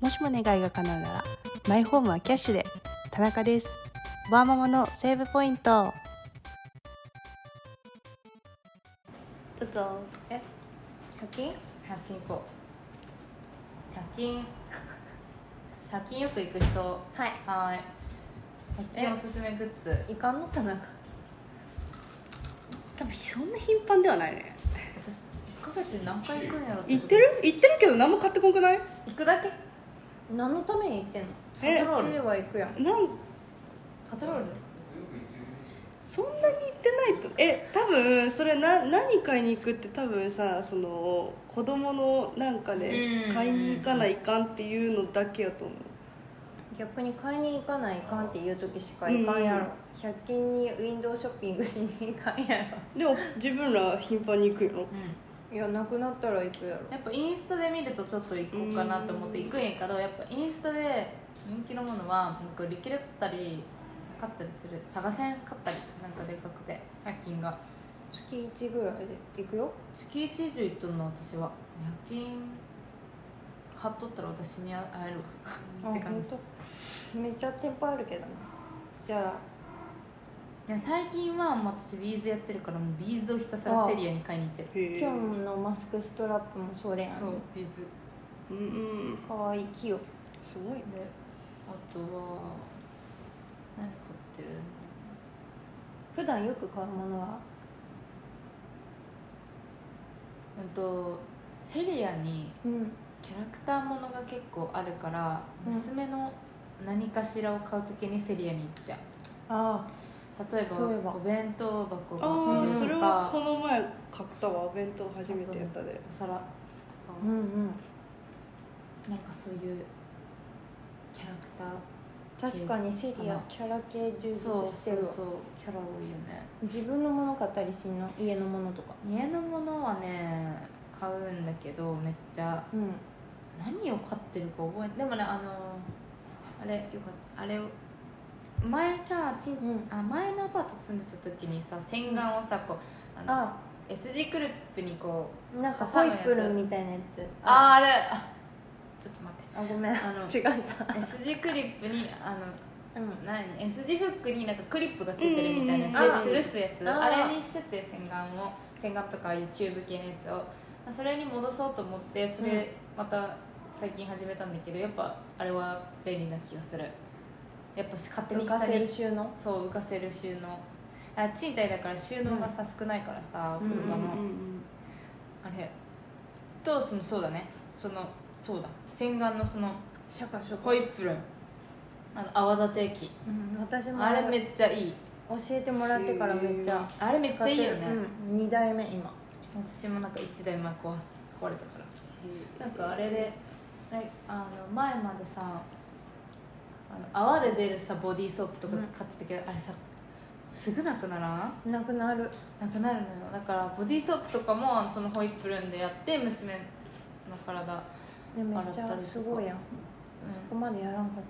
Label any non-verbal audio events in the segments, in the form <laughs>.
もしも願いが叶うならマイホームはキャッシュで田中ですバーママのセーブポイントどうぞえ100均 ?100 均行こう100均 <laughs> 100均よく行く人ははいーい100均おすすめグッズいかんの田中多分そんな頻繁ではないね私1ヶ月に何回行くんやろ行ってる行ってるけど何も買ってこんくない行くだけ何のために行ってんのえサトロールは行くやんなんパトロールそんなに行ってないとえ多分それな何買いに行くって多分さその子供のなんかねうん買いに行かないかんっていうのだけやと思う逆に買いに行かないかんっていう時しか行かんやろ、100均にウィンドウショッピングしに行かんやでも自分ら頻繁に行くようんろいやなくなったら行くやろやっぱインスタで見るとちょっと行こうかなと思って行くんやけどやっぱインスタで人気のものはなんか売り切れとったりなかったりする探せんかったりなんかでかくて100均が月1ぐらいで行くよ月一以上行っとんの私は100均貼っとったら私に会えるわって感じあほんとめっちゃ店舗あるけどなじゃいや最近はもう私ビーズやってるからもうビーズをひたすらセリアに買いに行ってるへあえ今日のマスクストラップもそれやんそうビーズでうんうんかわいい木よすごいあとは何買ってる普段よく買うものはうんとセリアにうんキャラクターものが結構あるからうん娘の何かしらを買う時にセリアに行っちゃうあ例えそういえばばお弁当箱があああったそりれとはかこの前買ったわお弁当初めてやったでお皿とかあうんうんなんかそういうキャラクター確かにセリアキャラ系充実そうしてそうるわそうキャラ多いよね自分のもの買ったりしんの家のものとか家のものはね買うんだけどめっちゃうん何を買ってるか覚えてでもねあのあれよかったあれを前さちん、うんあ前のアパート住んでた時にさ洗顔をさこうあのあ S 字クルップにこうなんか挟ホむイやつップルンみたいなやつああれあちょっと待ってあごめん違っあのた <laughs> S 字クリップにあのうん何 S 字フックになんかクリップがついてるみたいなやつうんで吊るすやつああーれにしてて洗顔を洗顔とかああいうチューブ系のやつをまあそれに戻そうと思ってそうんれまた最近始めたんだけどやっぱあれは便利な気がするやっぱ勝手に浮下かせるに収納そう浮かせる収納あ賃貸だから収納がさ少ないからさ、うん風呂場の、うんうんあれとそのそうだねそのそうだ洗顔のそのシャカシャホイップルンあの泡立て液うん私もあれめっちゃいい教えてもらってからめっちゃあれめっちゃいいよね、うん2代目今私もなんか1台前壊す壊れたからうんなんかあれでねあの前までさあの泡で出るさボディーソープとかうん買ってたけど、あれさすぐなくならんなくなるなくなるのよだからボディーソープとかもそのホイップルンでやって娘の体、うんでめっ洗ちったりゃとかすごいやんそこまでやらんかっ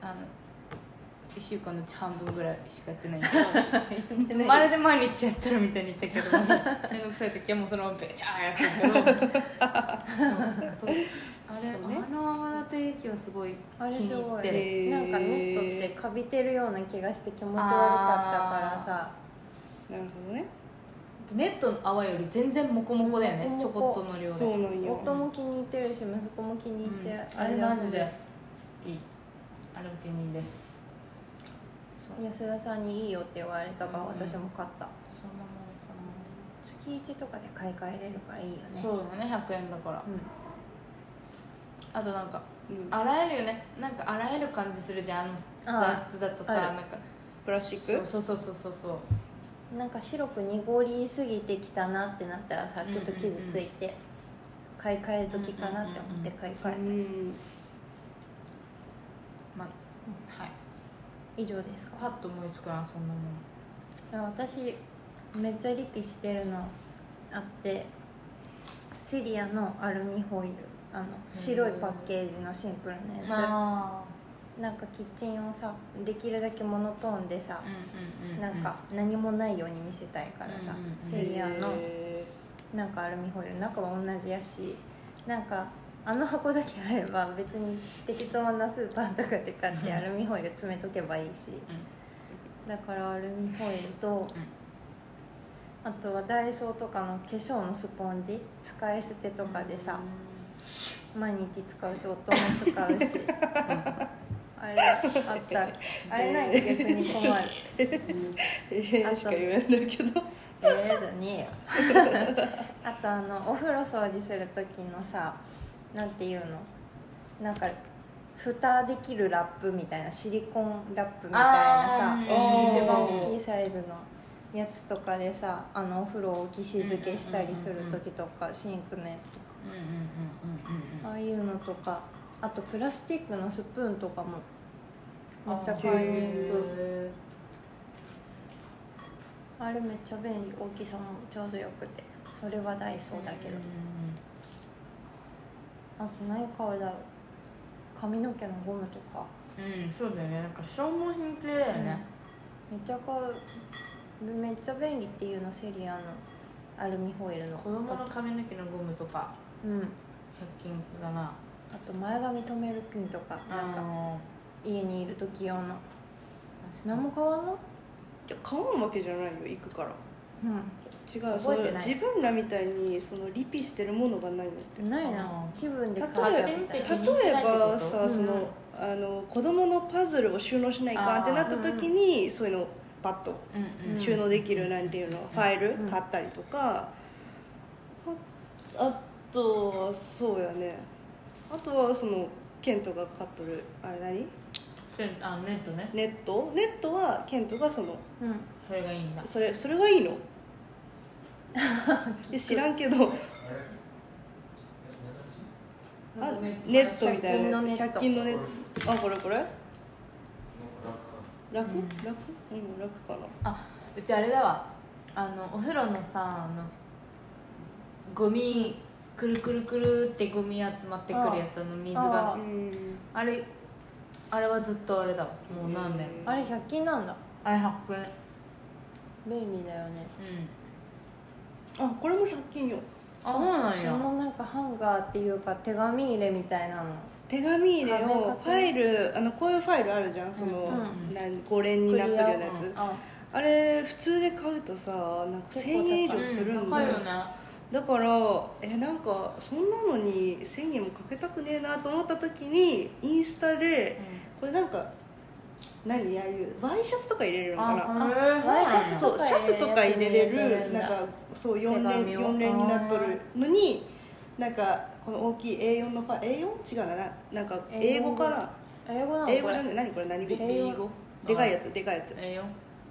たまあの1週間のうち半分ぐらいしかやって <laughs> ないんだけどねまるで毎日やってるみたいに言ったけ <laughs> どめんどくさい時はもうそのままべちゃーやってるけどそうあ <laughs> それ、うねあの泡立て液はすごいあれ気にす入ごっいてるへーなんかネットってかびてるような気がして気持ち悪かったからさなるほどねネットの泡より全然モコモコだよねモちょこコモコっとの量でそうなんよ夫も気に入ってるし息子も気に入って、うんあれマジでいいあれお気に入りですそうそのまま安田さんにいいよって言われたからうん私も買っかた、な月1とかで買い替えれるからいいよねそうだね100円だからうん、あとなんかうん洗えるよねなんか洗える感じするじゃんあのあ材あ質だとさあなるんかプラスチックそうそうそうそうそうなんか白く濁りすぎてきたなってなったらさうんちょっと傷ついて買い替え時かなって思って買い替えた、うんまあはい以上ですパかッと思いつくなそんなもんいや私めっちゃリピしてるのあってセリアのアルミホイルあの白いパッケージのシンプルなやつ、あなんかキッチンをさできるだけモノトーンでさ、あうんうんうんなんか何もないように見せたいからさ、うんうんセリアのへなんかアルミホイル中は同じやしなんかあの箱だけあれば別に適当なスーパーとかで買ってアルミホイル詰めとけばいいしだからアルミホイルとあとはダイソーとかの化粧のスポンジ使い捨てとかでさ毎日使うし夫も使うしあれあったあれないと逆に困る <laughs> えー、しか言わないんだけどええじゃねえよ <laughs> あとあのお風呂掃除する時のさなんていうのなんか蓋できるラップみたいなシリコンラップみたいなさあー一うん番大きいサイズのやつとかでさあのお風呂をぎし漬けしたりする時とかシンクのやつとかうんうんうんうんうんああいうのとかあとプラスチックのスプーンとかも <laughs> めっちゃ買いに行くへあれめっちゃ便利大きさもちょうどよくてそれはダイソーーだけうどんあと何買うだろう髪の毛のゴムとかうんうん、うん、そうだよねなんか消耗品系だよね、めっちゃ買うめっちゃ便利っていうのセリアのアルミホイルの子供の髪の毛のゴムとかうん100均だなあと前髪留めるピンとかなんかか家にいる時用の何も買わんのいや買うわけじゃないよ行くからう違うそ覚えれてない自分らみたいにそのリピしてるものがないのんないなあー気分で買例えばうみたいな気例にしえないってこばとさそうんうんのあの子供のパズルを収納しないかんってなった時にそういうのをパッとうんうん収納できるなんていうのファイル買ったりとかああとはそうやねあとはそのケントが買っとるあれ何せんあネットねネットネットはケントがそのうんそれがいいんだそれそれがいい <laughs> のいや知らんけどあネットみたいなやつ100 100均均のネットあこれこれ楽、うん楽うん楽かなうちあれだわあのお風呂のさあのゴミくるくるくるってゴミ集まってくるやつあの水があうんあれあれはずっとあれだわもう何年うんあれ100均なんだあれ100円便利だよねうんあこれも100均よあそうなんそやのなんかハンガーっていうか手紙入れみたいなの手紙入れ壁掛をけファイルあのこういうファイルあるじゃんその、うんなん五連になってるようなやクリアうんつああれ普通で買うとさなんか結1000構高い円以う上するんん高だいよよねだからえなんかそんなのに1000円もかけたくねえなと思った時にインスタでこれなんか何ああいうワイシャツとか入れれるのかなあへえワイシャツそうシャツとか入れれ入れれるるんだなんかそう手4連紙を四連になっとるのになんかこの大きい A4 のパ A4 違うなななんか英語かな英語なの英語こじれゃない何これ何語ビビー英ゴでかいやつでかいやつ A4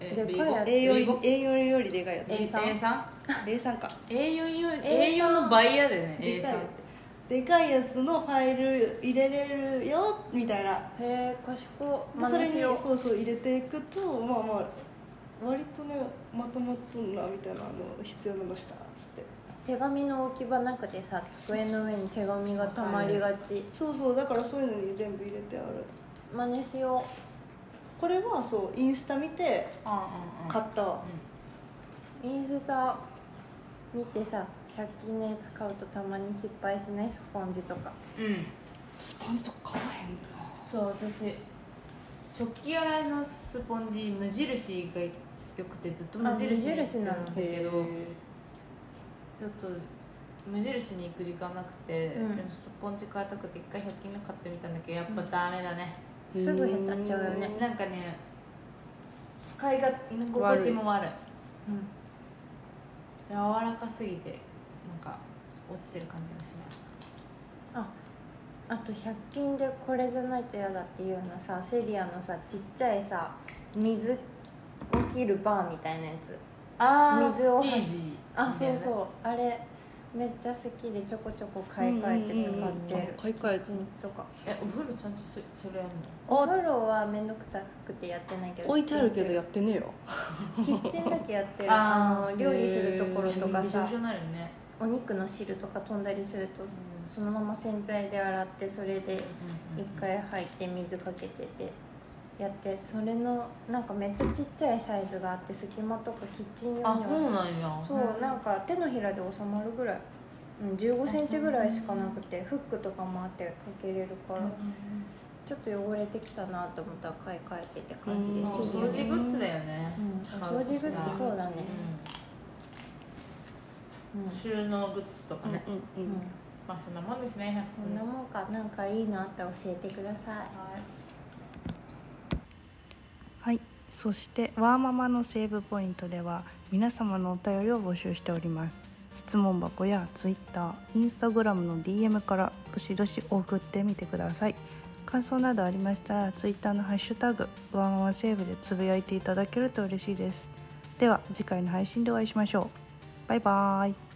でえかい B5 やつ A4 A4 よりでかいやつ A3 A3 A3 か A4 より A3 A4 の倍やでねでかい A3 ってでかいやつのファイル入れれるよみたいなへえ賢でそ真れ似にしようそうそう入れていくとまあまあ割とねまとまっとんなみたいなあの必要なのしたっつって手紙の置き場なくてさ机の上に手紙がたまりがちそうそうだからそういうのに全部入れてある真似しよこれはそうインスタ見てうんうんうん買ったわうインスタ見てさ100均のやつ買うとたまに失敗しないスポンジとかうんうんスポンジとか買わへんなそう私食器洗いのスポンジ無印がよくてずっと無印に行ってたんだけどちょっと無印に行く時間なくて、うんでもスポンジ買いたくて一回100均の買ってみたんだけどやっぱダメだね、すぐ減っちゃうよねなんかね使いが心地も悪いうん柔らかすぎてなんか落ちてる感じがしああと100均でこれじゃないと嫌だっていうのさセリアのさちっちゃいさ水を切るバーみたいなやつないー水をステージあそうそうあれめっちゃ好きでちょこちょこ買い替えて使ってる買い替えジンとかえお風呂ちゃんとそそれやるのおあ風呂は面倒くさくてやってないけど置いてあるけどやってねえよキッチンだけやってるあーあの料理するところとかびしょさびしょになるよねお肉の汁とか飛んだりするとんそのまま洗剤で洗ってそれで一回入って水かけててやってそれのなんかめっちゃちっちゃいサイズがあって隙間とかキッチン用あにそうはなんやそうなんか手のひらで収まるぐらいうん、1 5ンチぐらいしかなくてフックとかもあってかけれるから、うんちょっと汚れてきたなと思ったら買い替えてって感じおです、掃除グッズだよねう、ん、お掃除グッズそうだね、うんうん収納グッズとかね、うんううんんまあそんなもんですねこんなもんかなんかいいのあったら教えてくださいはいはい、そしてワーママのセーブポイントでは皆様のお便りを募集しております質問箱や Twitter、Instagram の DM からどしどし送ってみてください感想などありましたら Twitter のハッシュタグワーママセーブでつぶやいていただけると嬉しいですでは次回の配信でお会いしましょうバイバーイ